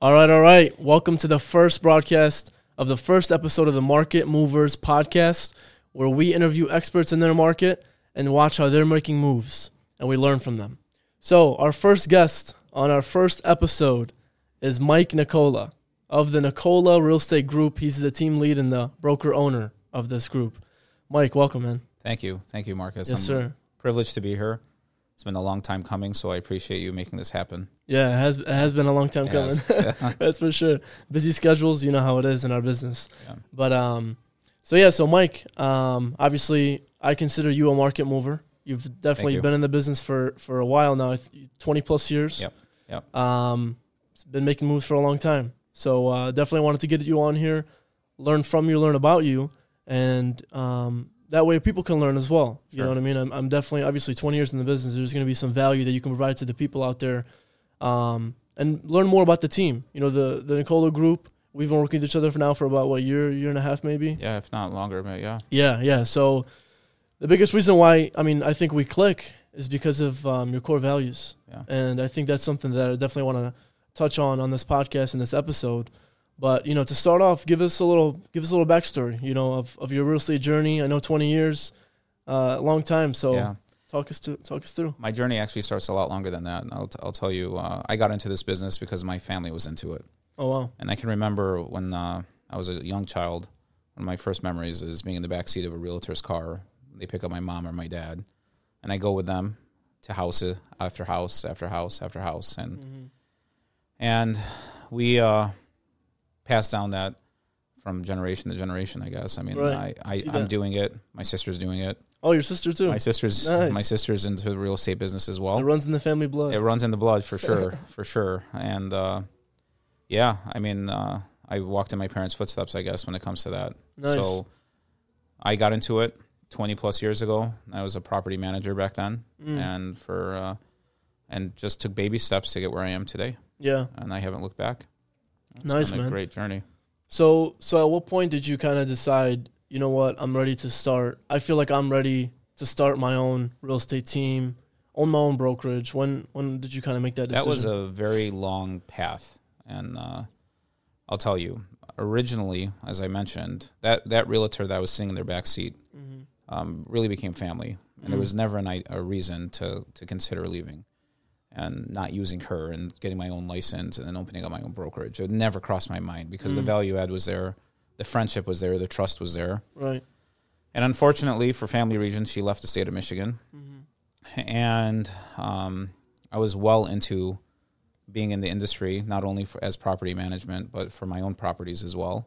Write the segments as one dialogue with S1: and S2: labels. S1: All right, all right. Welcome to the first broadcast of the first episode of the Market Movers podcast, where we interview experts in their market and watch how they're making moves and we learn from them. So, our first guest on our first episode is Mike Nicola of the Nicola Real Estate Group. He's the team lead and the broker owner of this group. Mike, welcome, man.
S2: Thank you. Thank you, Marcus.
S1: Yes, sir.
S2: Privileged to be here. It's been a long time coming, so I appreciate you making this happen.
S1: Yeah, it has it has been a long time
S2: It
S1: coming.
S2: has. Yeah.
S1: That's for sure. Busy schedules, you know how it is in our business.
S2: Yeah.
S1: But um, so yeah, so Mike, um, obviously I consider you a market mover. You've definitely
S2: you.
S1: been in the business for for a while now, I th- twenty plus years.
S2: Yep, yep.
S1: Um, it's been making moves for a long time. So uh, definitely wanted to get you on here, learn from you, learn about you, and um, that way people can learn as well. You know
S2: Sure.
S1: what I mean? I'm, I'm definitely obviously twenty years in the business. There's going to be some value that you can provide to the people out there um, and learn more about the team. You know, the the Nicola Group. We've been working with each other for now for about what year, year and a half, maybe.
S2: yeah, if not longer, but yeah.
S1: Yeah, yeah. So the biggest reason why I mean I think we click is because of um, your core values,
S2: Yeah.
S1: and I think that's something that I definitely want to touch on on this podcast and this episode. But you know, to start off, give us a little give us a little backstory, you know, of, of your real estate journey. I know twenty years, uh, long time. So
S2: Yeah.
S1: talk us to talk us through.
S2: My journey actually starts a lot longer than that. And I'll, t- I'll tell you, uh, I got into this business because my family was into it.
S1: Oh wow,
S2: And I can remember when uh, I was a young child, one of my first memories is being in the backseat of a realtor's car. They pick up my mom or my dad, and I go with them to house uh, after house after house after house. And and we uh, pass down that from generation to generation, I guess. I mean,
S1: Right.
S2: I, I,
S1: See
S2: I'm
S1: that.
S2: doing it. My sister's doing it.
S1: oh your sister too.
S2: My sister's
S1: Nice.
S2: my sister's into the real estate business as well
S1: It runs in the family blood.
S2: it runs in the blood for sure, for sure. And uh, yeah, I mean, uh, I walked in my parents' footsteps, I guess, when it comes to that.
S1: Nice.
S2: So I got into it 20 plus years ago. I was a property manager back then,
S1: Mm. Hmm.
S2: and for uh, and just took baby steps to get where I am today,
S1: yeah,
S2: and I haven't looked back. It's
S1: nice
S2: been a
S1: man.
S2: great journey.
S1: So, so at what point did you kind of decide, you know what, I'm ready to start? I feel like I'm ready to start my own real estate team, own my own brokerage. When when did you kind of make that decision?
S2: That was a very long path, and uh, I'll tell you. Originally, as I mentioned, that that realtor that I was sitting in their back seat
S1: Mm-hmm.
S2: um, really became family, and there was never an, i- a reason to to consider leaving, and not using her and getting my own license and then opening up my own brokerage. It never crossed my mind because the
S1: Mm.
S2: value add was there, the friendship was there, the trust was there.
S1: right.
S2: And unfortunately, for family reasons, she left the state of Michigan.
S1: Mm-hmm.
S2: And um, I was well into being in the industry, not only for, as property management, but for my own properties as well.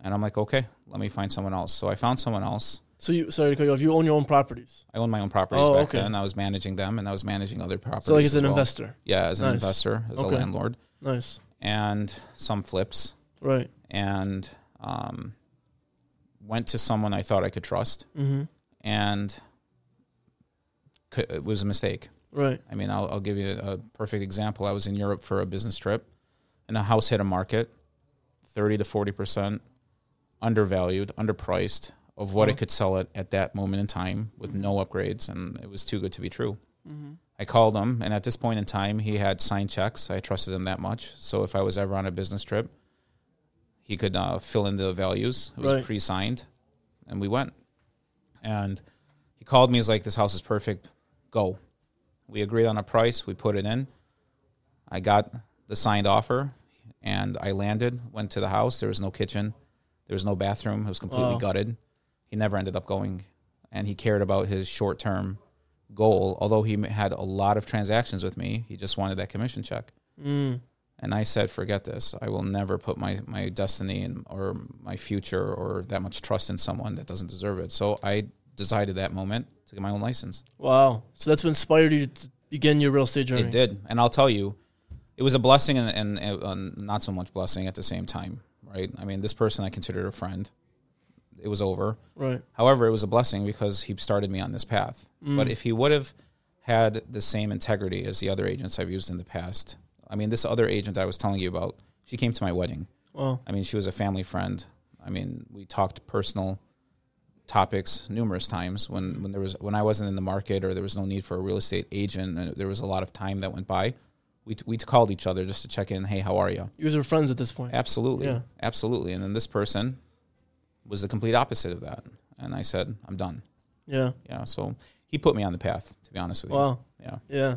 S2: And I'm like, okay, let me find someone else. So I found someone else.
S1: So you sorry to cut you off. You own your own properties,
S2: I owned my own properties
S1: Oh,
S2: back
S1: okay.
S2: then. I was managing them, and I was managing other properties.
S1: so like as an
S2: well.
S1: investor.
S2: yeah, as an
S1: Nice.
S2: investor, as
S1: Okay.
S2: a landlord,
S1: Nice.
S2: and some flips,
S1: Right.
S2: and um, went to someone I thought I could trust.
S1: Mm-hmm.
S2: and c- it was a mistake.
S1: Right.
S2: I mean, I'll, I'll give you a perfect example. I was in Europe for a business trip, and a house hit a market, thirty to forty percent undervalued, underpriced of what it could sell it at that moment in time with no upgrades, and it was too good to be true. I called him, and at this point in time, he had signed checks. I trusted him that much, so if I was ever on a business trip, he could uh, fill in the values. It was
S1: Right.
S2: pre-signed, and we went. And he called me. He's like, "This house is perfect. Go." We agreed on a price. We put it in. I got the signed offer, and I landed. Went to the house. There was no kitchen. There was no bathroom. It was completely
S1: Wow.
S2: gutted. He never ended up going, and he cared about his short-term goal. Although he m- had a lot of transactions with me, he just wanted that commission check.
S1: Mm.
S2: And I said, forget this. I will never put my, my destiny and, or my future or that much trust in someone that doesn't deserve it. So I decided that moment to get my own license.
S1: Wow. So that's what inspired you to begin your real estate journey.
S2: It did. And I'll tell you, it was a blessing and, and, and uh, not so much blessing at the same time, right? I mean, this person I considered a friend, it was over.
S1: Right.
S2: However, it was a blessing because he started me on this path. But if he would have had the same integrity as the other agents I've used in the past, I mean, this other agent I was telling you about, she came to my wedding.
S1: Wow.
S2: I mean, she was a family friend. I mean, we talked personal topics numerous times when, when there was when I wasn't in the market or there was no need for a real estate agent and there was a lot of time that went by. we we called each other just to check in. Hey, how are you?
S1: You guys are friends at this point.
S2: Absolutely,
S1: Yeah.
S2: absolutely. And then this person was the complete opposite of that, and I said, I'm done.
S1: Yeah.
S2: Yeah. So he put me on the path. To be honest with
S1: Wow.
S2: you. Yeah.
S1: Yeah.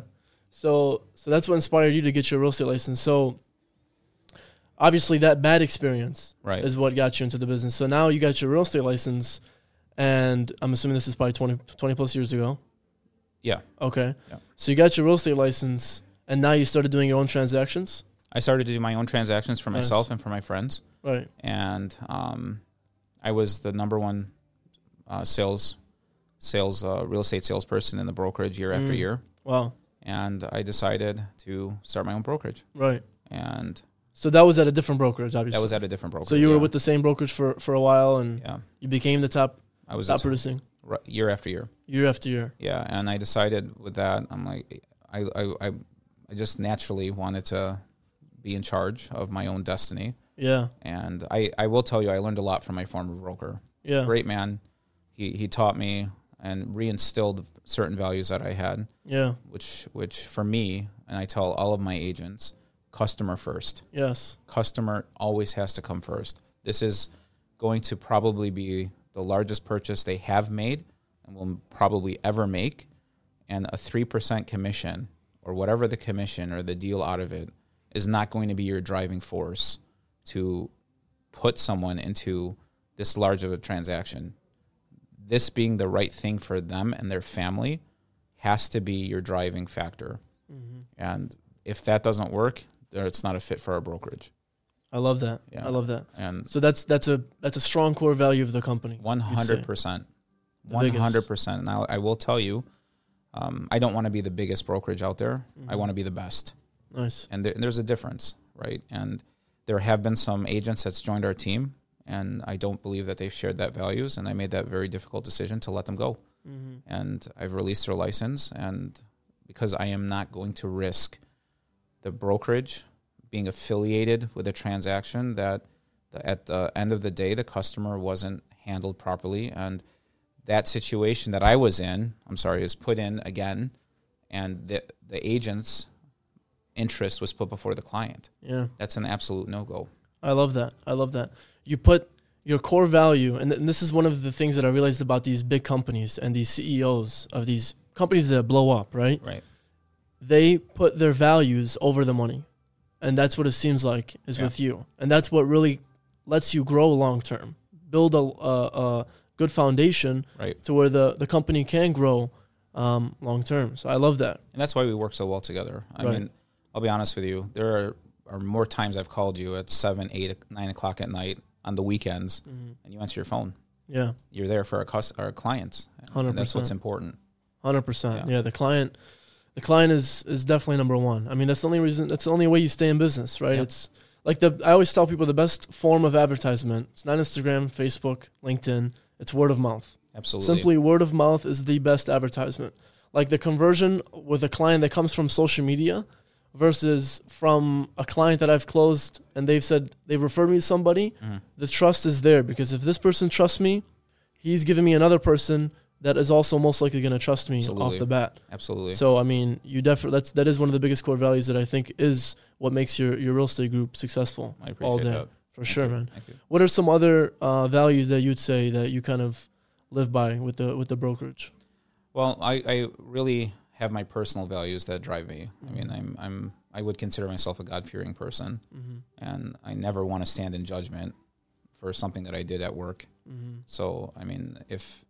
S1: So so that's what inspired you to get your real estate license. So obviously that bad experience
S2: Right.
S1: is what got you into the business. So now you got your real estate license and I'm assuming this is probably 20, 20 plus years ago.
S2: Yeah.
S1: Okay.
S2: Yeah.
S1: So you got your real estate license and now you started doing your own transactions?
S2: I started to do my own transactions for
S1: Nice.
S2: myself and for my friends,
S1: Right.
S2: and um, I was the number one uh, sales sales uh, real estate salesperson in the brokerage year after
S1: Mm.
S2: year.
S1: Wow.
S2: And I decided to start my own brokerage,
S1: Right.
S2: and
S1: So that was at a different brokerage obviously.
S2: that was at a different brokerage.
S1: so you were
S2: yeah.
S1: with the same brokerage for, for a while and
S2: yeah.
S1: you became the top
S2: I was
S1: top
S2: at
S1: producing
S2: r- year after year.
S1: year after year.
S2: Yeah, and I decided with that, I'm like, I, I, I, I just naturally wanted to be in charge of my own destiny.
S1: Yeah.
S2: And I, I will tell you, I learned a lot from my former broker.
S1: Yeah.
S2: Great man. He, he taught me and reinstilled certain values that I had,
S1: Yeah.
S2: which, which for me, and I tell all of my agents, customer first.
S1: Yes.
S2: Customer always has to come first. This is going to probably be the largest purchase they have made and will probably ever make. And a 3% commission or whatever the commission or the deal out of it is not going to be your driving force to put someone into this large of a transaction. This being the right thing for them and their family has to be your driving factor. And if that doesn't work, then it's not a fit for our brokerage.
S1: I love that.
S2: Yeah.
S1: I love that.
S2: And
S1: So that's that's a that's a strong core value of the company.
S2: One hundred percent,
S1: The
S2: one
S1: biggest.
S2: hundred percent. And I, I will tell you, um, I don't want to be the biggest brokerage out there.
S1: Mm-hmm.
S2: I want to be the best,
S1: Nice.
S2: and, there, and there's a difference, right? And there have been some agents that's joined our team, and I don't believe that they've shared that values, and I made that very difficult decision to let them go, Mm-hmm. and I've released their license, and because I am not going to risk the brokerage being affiliated with a transaction that the, at the end of the day the customer wasn't handled properly and that situation that I was in, I'm sorry, is put in again and the the agent's interest was put before the client.
S1: Yeah,
S2: That's an absolute no-go.
S1: I love that. I love that. You put your core value, and, th- and this is one of the things that I realized about these big companies and these CEOs of these companies that blow up. Right?
S2: Right.
S1: They put their values over the money, and that's what it seems like is
S2: Yeah.
S1: with you, and that's what really lets you grow long term, build a, a, a good foundation
S2: Right.
S1: to where the the company can grow um, long term. So I love that.
S2: And that's why we work so well together. I
S1: Right.
S2: mean, I'll be honest with you. There are, are more times I've called you at seven, eight, nine o'clock at night on the weekends,
S1: Mm-hmm.
S2: and you answer your phone.
S1: Yeah.
S2: You're there for our, cus- our clients. And that's
S1: 100%.
S2: what's important.
S1: Hundred percent. Yeah, the client, the client is is definitely number one. I mean, that's the only reason. That's the only way you stay in business, right?
S2: Yeah.
S1: It's like the I always tell people the best form of advertisement. It's not Instagram, Facebook, LinkedIn. It's word of mouth.
S2: Absolutely.
S1: Simply, word of mouth is the best advertisement. Like the conversion with a client that comes from social media versus from a client that I've closed and they've said they've referred me to somebody.
S2: Mm-hmm.
S1: The trust is there because if this person trusts me, he's giving me another person that is also most likely going to trust me off
S2: Absolutely.
S1: the bat.
S2: Absolutely.
S1: So I mean, you definitely that's that is one of the biggest core values that I think is what makes your your real estate group successful
S2: I appreciate
S1: all day
S2: that.
S1: for sure, man.
S2: Thank you.
S1: What are some other uh, values that you'd say that you kind of live by with the with the brokerage?
S2: Well, I, I really have my personal values that drive me. I
S1: Mm-hmm.
S2: mean, I'm I'm I would consider myself a God fearing person, and I never want to stand in judgment for something that I did at work. Mm-hmm. So, I mean, if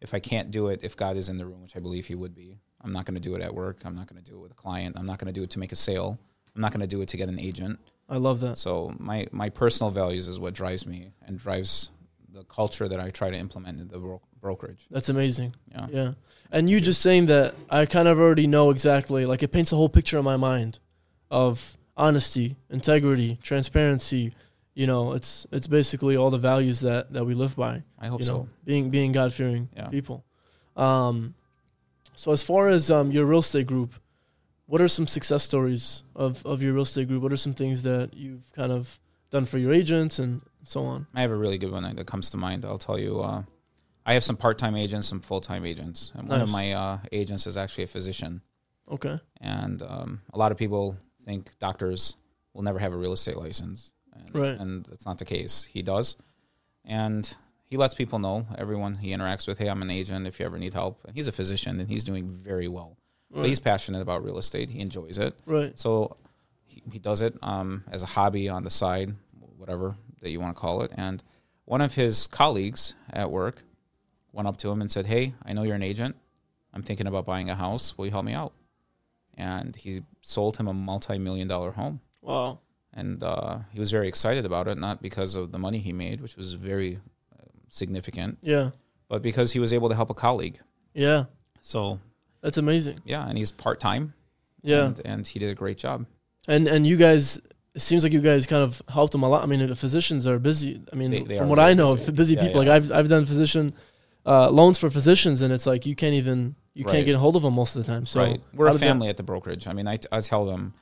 S2: if I can't do it, if God is in the room, which I believe He would be, I'm not going to do it at work. I'm not going to do it with a client. I'm not going to do it to make a sale. I'm not going to do it to get an agent.
S1: I love that.
S2: So my my personal values is what drives me and drives the culture that I try to implement in the bro- brokerage.
S1: That's amazing.
S2: Yeah.
S1: Yeah. And you just saying that, I kind of already know exactly. Like it paints a whole picture in my mind of honesty, integrity, transparency. You know, it's it's basically all the values that that we live by.
S2: I hope
S1: you
S2: so.
S1: know, being being God fearing
S2: Yeah.
S1: people. Um, so as far as um, your real estate group, what are some success stories of of your real estate group? What are some things that you've kind of done for your agents and so on?
S2: I have a really good one that comes to mind. I'll tell you. Uh, I have some part-time agents, some full-time agents, and one of
S1: Nice.
S2: my uh, agents is actually a physician.
S1: Okay,
S2: And um, a lot of people think doctors will never have a real estate license. And,
S1: Right.
S2: and that's not the case. He does. And he lets people know, everyone he interacts with, hey, I'm an agent if you ever need help. And he's a physician and he's doing very well. But he's passionate about real estate. He enjoys it.
S1: Right.
S2: So he, he does it um, as a hobby on the side, whatever that you want to call it. And one of his colleagues at work went up to him and said, Hey, I know you're an agent. I'm thinking about buying a house. Will you help me out? And he sold him a multi million dollar home.
S1: Wow.
S2: And uh, he was very excited about it, not because of the money he made, which was very uh, significant,
S1: Yeah.
S2: but because he was able to help a colleague.
S1: Yeah.
S2: So,
S1: That's amazing.
S2: yeah, and he's part time.
S1: Yeah.
S2: And, and he did a great job.
S1: And and you guys, it seems like you guys kind of helped them a lot. I mean, the physicians are busy. I mean,
S2: They- they
S1: from
S2: are
S1: what
S2: very
S1: I know,
S2: busy.
S1: busy, busy
S2: Yeah,
S1: people.
S2: yeah.
S1: Like I've I've done physician uh, loans for physicians, and it's like you can't even you
S2: Right.
S1: can't get a hold of them most of the time. So
S2: right. We're
S1: how
S2: a
S1: did that-
S2: family at the brokerage. I mean, I, I tell them,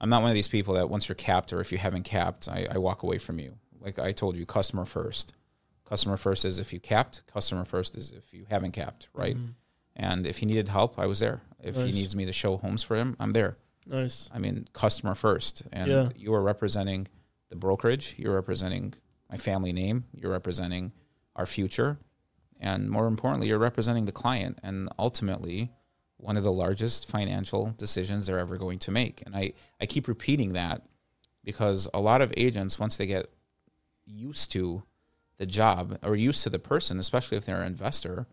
S2: I'm not one of these people that once you're capped or if you haven't capped, I, I walk away from you. Like I told you, customer first. Customer first is if you capped, customer first is if you haven't capped, right? And if he needed help, I was there. If
S1: Mm-hmm. Nice.
S2: he needs me to show homes for him, I'm there.
S1: Nice.
S2: I mean, customer first. And
S1: Yeah.
S2: you are representing the brokerage, you're representing my family name, you're representing our future. And more importantly, you're representing the client and ultimately one of the largest financial decisions they're ever going to make. And I, I keep repeating that because a lot of agents, once they get used to the job or used to the person, especially if they're an investor,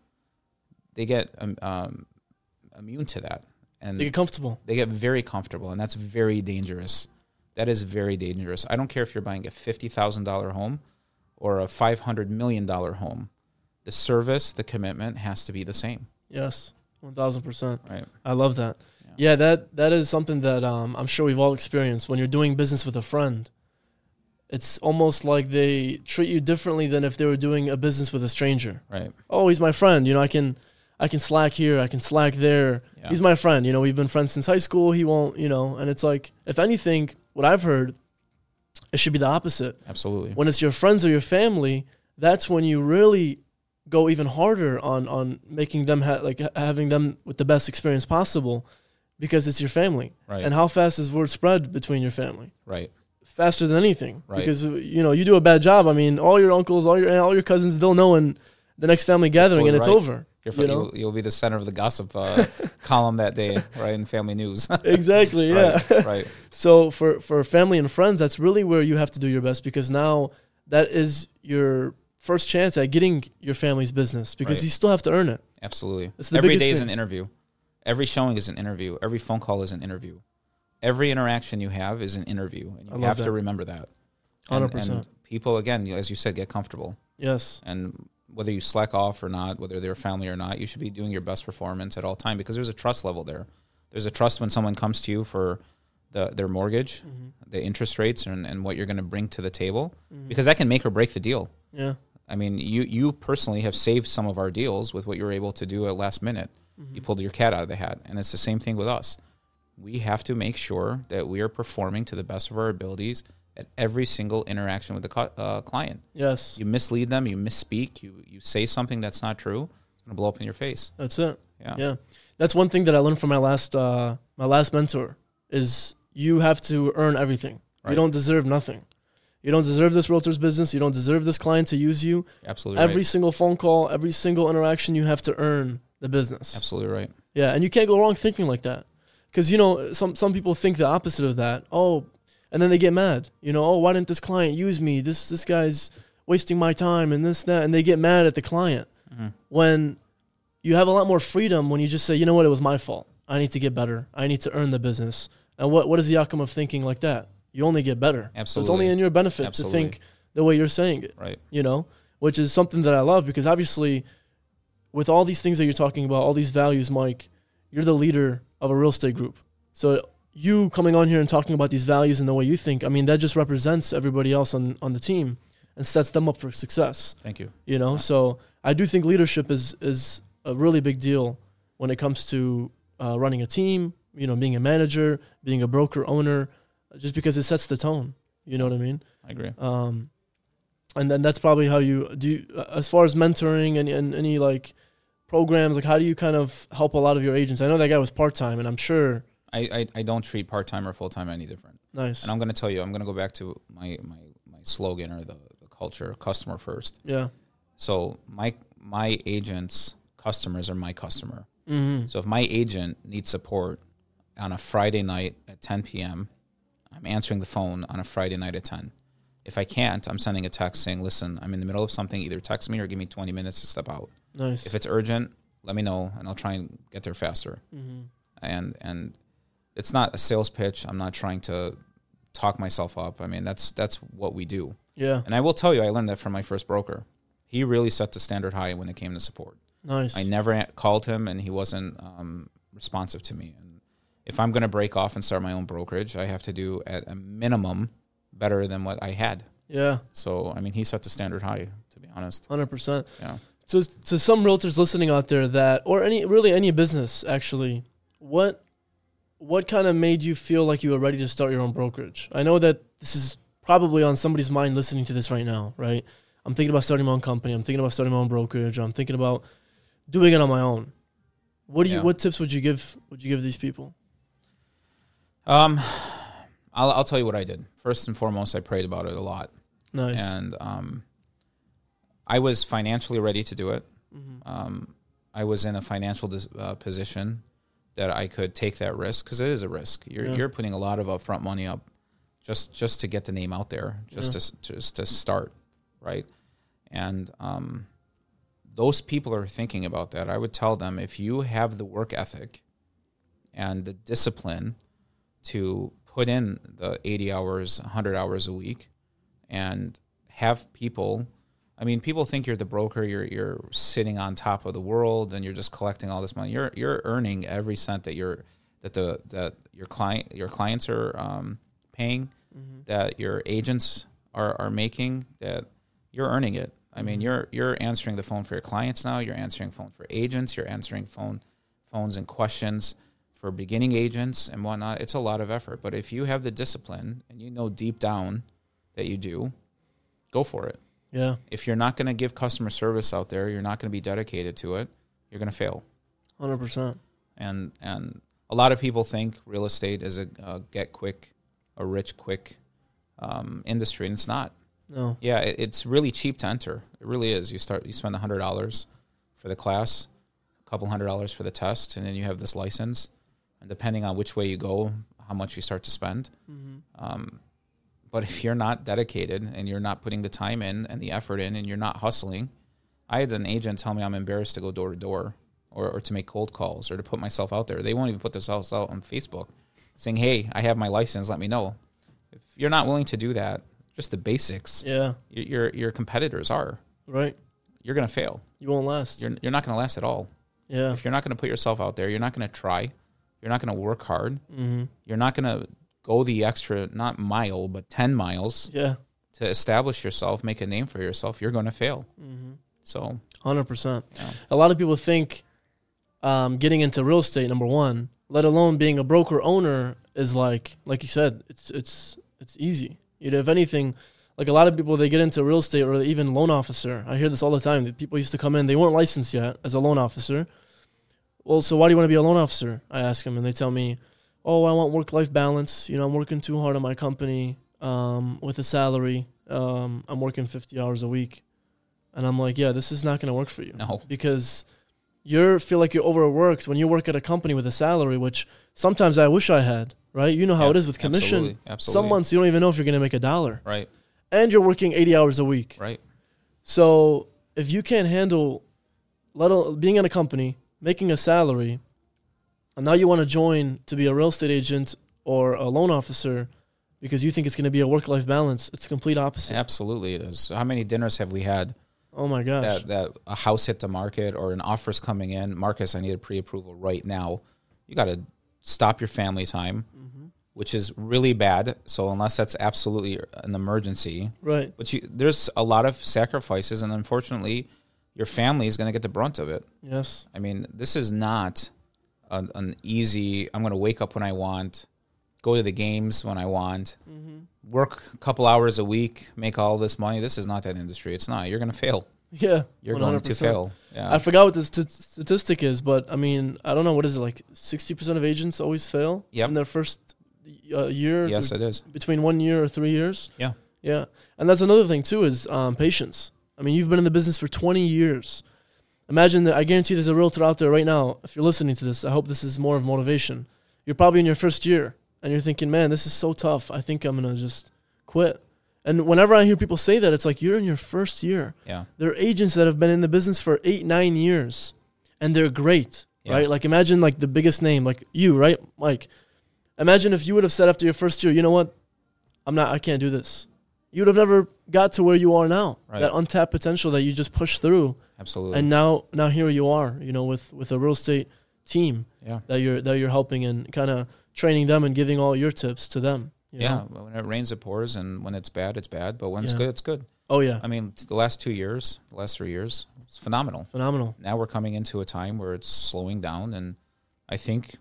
S2: they get um, um, immune to that. And
S1: They get comfortable.
S2: they get very comfortable, and that's very dangerous. That is very dangerous. I don't care if you're buying a $50,000 home or a $500 million home. The service, the commitment has to be the same,
S1: Yes, one thousand percent.
S2: right?
S1: I love that. Yeah. that that is something that um, I'm sure we've all experienced when you're doing business with a friend. It's almost like they treat you differently than if they were doing a business with a stranger.
S2: Right.
S1: Oh, he's my friend. You know, I can I can slack here, I can slack there.
S2: Yeah.
S1: He's my friend. You know, we've been friends since high school. He won't, you know, and it's like if anything, what I've heard, it should be the opposite.
S2: Absolutely.
S1: When it's your friends or your family, that's when you really go even harder on on making them ha- like ha- having them with the best experience possible because it's your family.
S2: Right.
S1: And how fast is word spread between your family?
S2: Right.
S1: Faster than anything.
S2: Right.
S1: Because uh, you know, you do a bad job, I mean, all your uncles, all your aunt, all your cousins they'll know in the next family gathering and it's
S2: right.
S1: over.
S2: You're,
S1: you know?
S2: will you'll be the center of the gossip uh, column that day, right? In family news.
S1: exactly, yeah.
S2: right. Right.
S1: So for for family and friends, that's really where you have to do your best because now that is your first chance at getting your family's business because
S2: Right.
S1: you still have to earn it.
S2: Absolutely.
S1: It's the
S2: Every
S1: biggest
S2: day is
S1: thing.
S2: an interview. Every showing is an interview. Every phone call is an interview. Every interaction you have is an interview. And
S1: I
S2: you
S1: love
S2: have
S1: that.
S2: to remember that. And-
S1: 100%.
S2: and people, again, as you said, get comfortable.
S1: yes.
S2: and whether you slack off or not, whether they're family or not, you should be doing your best performance at all time because there's a trust level there. There's a trust when someone comes to you for the, their mortgage, the interest rates, and, and what you're going to bring to the table because that can make or break the deal.
S1: Yeah.
S2: I mean, you you personally have saved some of our deals with what you were able to do at last minute. You pulled your cat out of the hat, and it's the same thing with us. We have to make sure that we are performing to the best of our abilities at every single interaction with the cu- uh, client
S1: Yes.
S2: you mislead them, you misspeak, you you say something that's not true, it's gonna blow up in your face.
S1: That's it.
S2: Yeah.
S1: Yeah. That's one thing that I learned from my last uh, my last mentor is you have to earn everything. You
S2: Right.
S1: don't deserve nothing. You don't deserve this realtor's business. You don't deserve this client to use you.
S2: You're Absolutely
S1: Every
S2: right.
S1: single phone call, every single interaction, you have to earn the business.
S2: Absolutely right.
S1: Yeah, and you can't go wrong thinking like that. Because, you know, some, some people think the opposite of that. Oh, and then they get mad. You know, oh, why didn't this client use me? This, this guy's wasting my time and this, that. And they get mad at the client
S2: Mm-hmm.
S1: when you have a lot more freedom when you just say, you know what, it was my fault. I need to get better. I need to earn the business. And what, what is the outcome of thinking like that? You only get better. So it's
S2: Absolutely.
S1: only in your benefit
S2: Absolutely.
S1: to think the way you're saying it
S2: Right.
S1: you know, which is something that I love because obviously, with all these things that you're talking about, all these values, Mike, you're the leader of a real estate group. So you coming on here and talking about these values and the way you think, I mean, that just represents everybody else on on the team and sets them up for success.
S2: Thank you.
S1: You know, so I do think leadership is is a really big deal when it comes to uh, running a team. You know, being a manager, being a broker owner, just because it sets the tone. You know what I mean?
S2: I agree.
S1: um and then that's probably how you do you, uh, as far as mentoring and, and any like programs like how do you kind of help a lot of your agents i know that guy was part-time and i'm sure
S2: I, I, I don't treat part time or full time any different.
S1: Nice.
S2: And I'm going to tell you, I'm going to go back to my, my, my slogan or the, the culture customer first.
S1: Yeah.
S2: So my my agent's customers are my customer.
S1: Mm-hmm.
S2: So if my agent needs support on a Friday night at 10 p.m., I'm answering the phone on a Friday night at 10. If I can't, I'm sending a text saying, "Listen, I'm in the middle of something. Either text me or give me 20 minutes to step out.
S1: Nice.
S2: If it's urgent, let me know, and I'll try and get there faster."
S1: mm-hmm.
S2: and and it's not a sales pitch. I'm not trying to talk myself up. I mean, that's that's what we do.
S1: Yeah.
S2: And I will tell you, I learned that from my first broker. He really set the standard high when it came to support.
S1: Nice.
S2: I never a- called him, and he wasn't um, responsive to me. And if I'm going to break off and start my own brokerage, I have to do at a minimum better than what I had.
S1: Yeah.
S2: So, I mean, he set the standard high. To be honest,
S1: Hundred percent.
S2: yeah.
S1: So, to some realtors listening out there that, or any really any business actually, what what kind of made you feel like you were ready to start your own brokerage? I know that this is probably on somebody's mind listening to this right now, right? I'm thinking about starting my own company. I'm thinking about starting my own brokerage. I'm thinking about doing it on my own. What do you?
S2: Yeah.
S1: What tips would you give? Would you give these people?
S2: Um, I'll, I'll tell you what I did. First and foremost, I prayed about it a lot.
S1: Nice.
S2: and um, I was financially ready to do it.
S1: Mhm.
S2: Um, I was in a financial dis- uh, position that I could take that risk because it is a risk. You're
S1: Yeah.
S2: you're putting a lot of upfront money up just just to get the name out there, just
S1: Yeah.
S2: to just to start, right? And um, those people are thinking about that. I would tell them if you have the work ethic and the discipline to put in the 80 hours, 100 hours a week, and have people. I mean, people think you're the broker. You're you're sitting on top of the world, and you're just collecting all this money. You're you're earning every cent that you're that the that your client your clients are um, paying, that your agents are are making. That you're earning it. I mean, you're you're answering the phone for your clients now. You're answering phone for agents. You're answering phone phones and questions for beginning agents and whatnot. It's a lot of effort, but if you have the discipline and you know deep down that you do, go for it.
S1: Yeah.
S2: If you're not going to give customer service out there, you're not going to be dedicated to it, you're going to fail.
S1: Hundred percent.
S2: And and a lot of people think real estate is a, a get quick, a rich quick um, industry, and it's not.
S1: No.
S2: Yeah, it, it's really cheap to enter. It really is. You start, you spend a hundred dollars for the class, a couple hundred dollars for the test, and then you have this license. And depending on which way you go, how much you start to spend. Um, but if you're not dedicated and you're not putting the time in and the effort in, and you're not hustling, I had an agent tell me I'm embarrassed to go door to door, or or to make cold calls, or to put myself out there. They won't even put themselves out on Facebook, saying, "Hey, I have my license. Let me know." If you're not willing to do that, just the basics
S1: Yeah.
S2: your your, your competitors are.
S1: Right.
S2: You're going to fail.
S1: You won't last.
S2: You're, you're not going to last at all.
S1: yeah.
S2: If you're not going to put yourself out there, you're not going to try. You're not going to work hard.
S1: Mm-hmm.
S2: You're not going to go the extra, not mile, but 10 miles
S1: Yeah.
S2: to establish yourself, make a name for yourself. You're going to fail.
S1: Mm-hmm.
S2: So,
S1: Hundred percent.
S2: Yeah.
S1: A lot of people think um, getting into real estate, number one, let alone being a broker owner, is like like you said, it's it's it's easy. You know, if anything, like a lot of people, they get into real estate or even loan officer. I hear this all the time. That people used to come in, they weren't licensed yet as a loan officer. Well, so why do you want to be a loan officer? I ask them, and they tell me, "Oh, I want work-life balance. You know, I'm working too hard on my company um, with a salary. Um, I'm working 50 hours a week." And I'm like, "Yeah, this is not going to work for you."
S2: no.
S1: because you feel like you're overworked when you work at a company with a salary, which sometimes I wish I had, right? You know how it is with commission.
S2: Absolutely. Absolutely.
S1: Some months you don't even know if you're going to make a dollar,
S2: Right,
S1: and you're working 80 hours a week.
S2: right.
S1: So if you can't handle let al- being in a company, making a salary, and now you want to join to be a real estate agent or a loan officer because you think it's going to be a work-life balance, it's the complete opposite.
S2: Absolutely, it is. How many dinners have we had
S1: Oh my gosh.
S2: that, that a house hit the market or an offer's coming in? Marcus, I need a pre approval right now. You got to stop your family time.
S1: hmm
S2: which is really bad. So unless that's absolutely an emergency,
S1: Right.
S2: but you, there's a lot of sacrifices, and unfortunately, your family is going to get the brunt of it.
S1: Yes.
S2: I mean, this is not an, an easy. I'm going to wake up when I want, go to the games when I want, work a couple hours a week, make all this money. This is not that industry. It's not. You're going to fail.
S1: Yeah,
S2: you're going to
S1: 100%.
S2: fail.
S1: I
S2: Yeah.
S1: forgot what the st- statistic is, but I mean, I don't know what is it like. Sixty percent of agents always fail
S2: Yep.
S1: in their first uh, year,
S2: Yes,
S1: to-
S2: it is.
S1: between one year or three years.
S2: Yeah.
S1: yeah, and that's another thing too is um, patience. I mean, you've been in the business for twenty years. Imagine that. I guarantee there's a realtor out there right now. If you're listening to this, I hope this is more of motivation. You're probably in your first year, and you're thinking, "Man, this is so tough. I think I'm gonna just quit." And whenever I hear people say that, it's like you're in your first year
S2: Yeah.
S1: there are agents that have been in the business for eight, nine years, and they're great,
S2: Yeah.
S1: right? Like imagine like the biggest name, like you, right, Mike. Imagine if you would have said after your first year, you know what, I'm not, I can't do this. You would have never got to where you are now.
S2: Right.
S1: That untapped potential that you just pushed through,
S2: Absolutely.
S1: and now, now here you are, you know, with with a real estate team
S2: yeah.
S1: that you're that you're helping and kind of training them and giving all your tips to them. you
S2: Yeah.
S1: know?
S2: When it rains, it pours, and when it's bad, it's bad. But when it's
S1: Yeah.
S2: good, it's good.
S1: Oh yeah,
S2: I mean, the last two years, the last three years, it's phenomenal.
S1: phenomenal.
S2: Now we're coming into a time where it's slowing down, and I think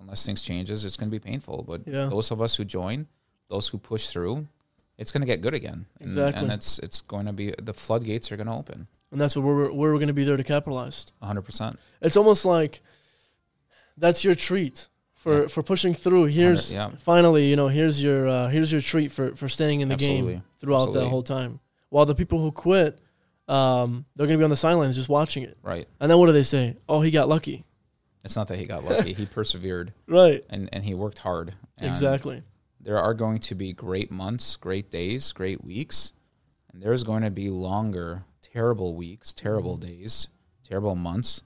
S2: unless things changes, it's going to be painful. But
S1: Yeah.
S2: those of us who join, those who push through, it's going to get good again. And,
S1: Exactly.
S2: And it's it's going to be the floodgates are going to open.
S1: And that's what we're we're going to be there to capitalize.
S2: 100. percent
S1: it's almost like that's your treat for for pushing through. Here's
S2: yeah.
S1: finally, you know, here's your uh, here's your treat for for staying in the game
S2: Absolutely.
S1: throughout that
S2: Absolutely.
S1: whole time. While the people who quit, um, they're gonna be on the sidelines just watching it.
S2: Right.
S1: And then what do they say? Oh, he got lucky,
S2: It's not that he got lucky. he persevered
S1: right?
S2: and and he worked hard. And
S1: exactly.
S2: There are going to be great months, great days, great weeks, and there's going to be longer, terrible weeks, terrible days, terrible months.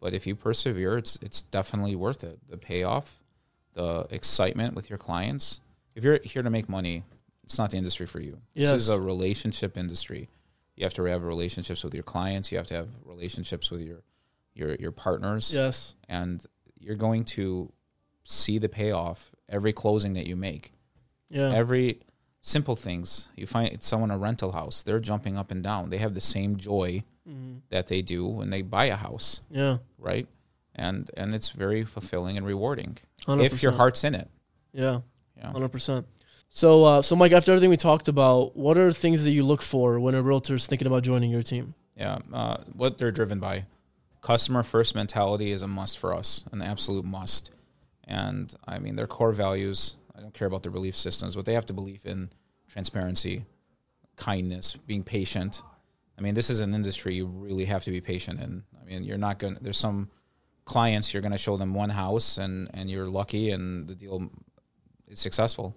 S2: But if you persevere, it's it's definitely worth it. The payoff, the excitement with your clients. If you're here to make money, it's not the industry for you. This is
S1: Yes.
S2: a relationship industry. You have to have relationships with your clients. You have to have relationships with your your your partners
S1: Yes.
S2: and you're going to see the payoff every closing that you make.
S1: Yeah.
S2: Every simple things you find it's someone a rental house, they're jumping up and down. They have the same joy that they do when they buy a house,
S1: yeah.
S2: right? And and it's very fulfilling and rewarding
S1: 100%.
S2: if your heart's in it.
S1: Yeah.
S2: Yeah.
S1: Hundred percent. So, uh, so Mike, after everything we talked about, what are things that you look for when a realtor's thinking about joining your team?
S2: Yeah, uh, what they're driven by. Customer first mentality is a must for us, an absolute must. And I mean, their core values, I don't care about their belief systems, but they have to believe in transparency, kindness, being patient. I mean, this is an industry you really have to be patient in. I mean, you're not going to, there's some clients you're going to show them one house and, and you're lucky and the deal is successful.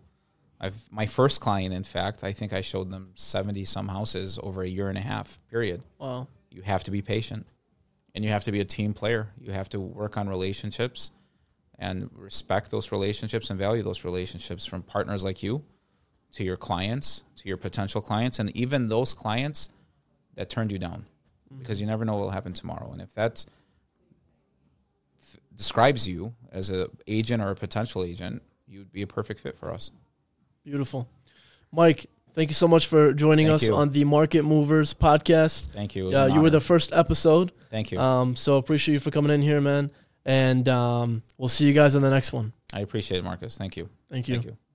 S2: I've my first client, in fact, I think I showed them 70 some houses over a year and a half period
S1: Wow.
S2: you have to be patient and you have to be a team player you have to work on relationships and respect those relationships and value those relationships from partners like you to your clients to your potential clients and even those clients that turned you down
S1: Mm-hmm.
S2: because you never know what will happen tomorrow and if that describes you as a agent or a potential agent you'd be a perfect fit for us
S1: Beautiful. Mike, thank you so much for joining
S2: Thank
S1: us
S2: you.
S1: on the Market Movers podcast.
S2: thank you It was
S1: Yeah,
S2: an
S1: you were the
S2: honor.
S1: first episode.
S2: thank you
S1: Um, so appreciate you for coming in here, man. And um, we'll see you guys on the next one.
S2: i appreciate it marcus thank you
S1: Thank you.
S2: thank you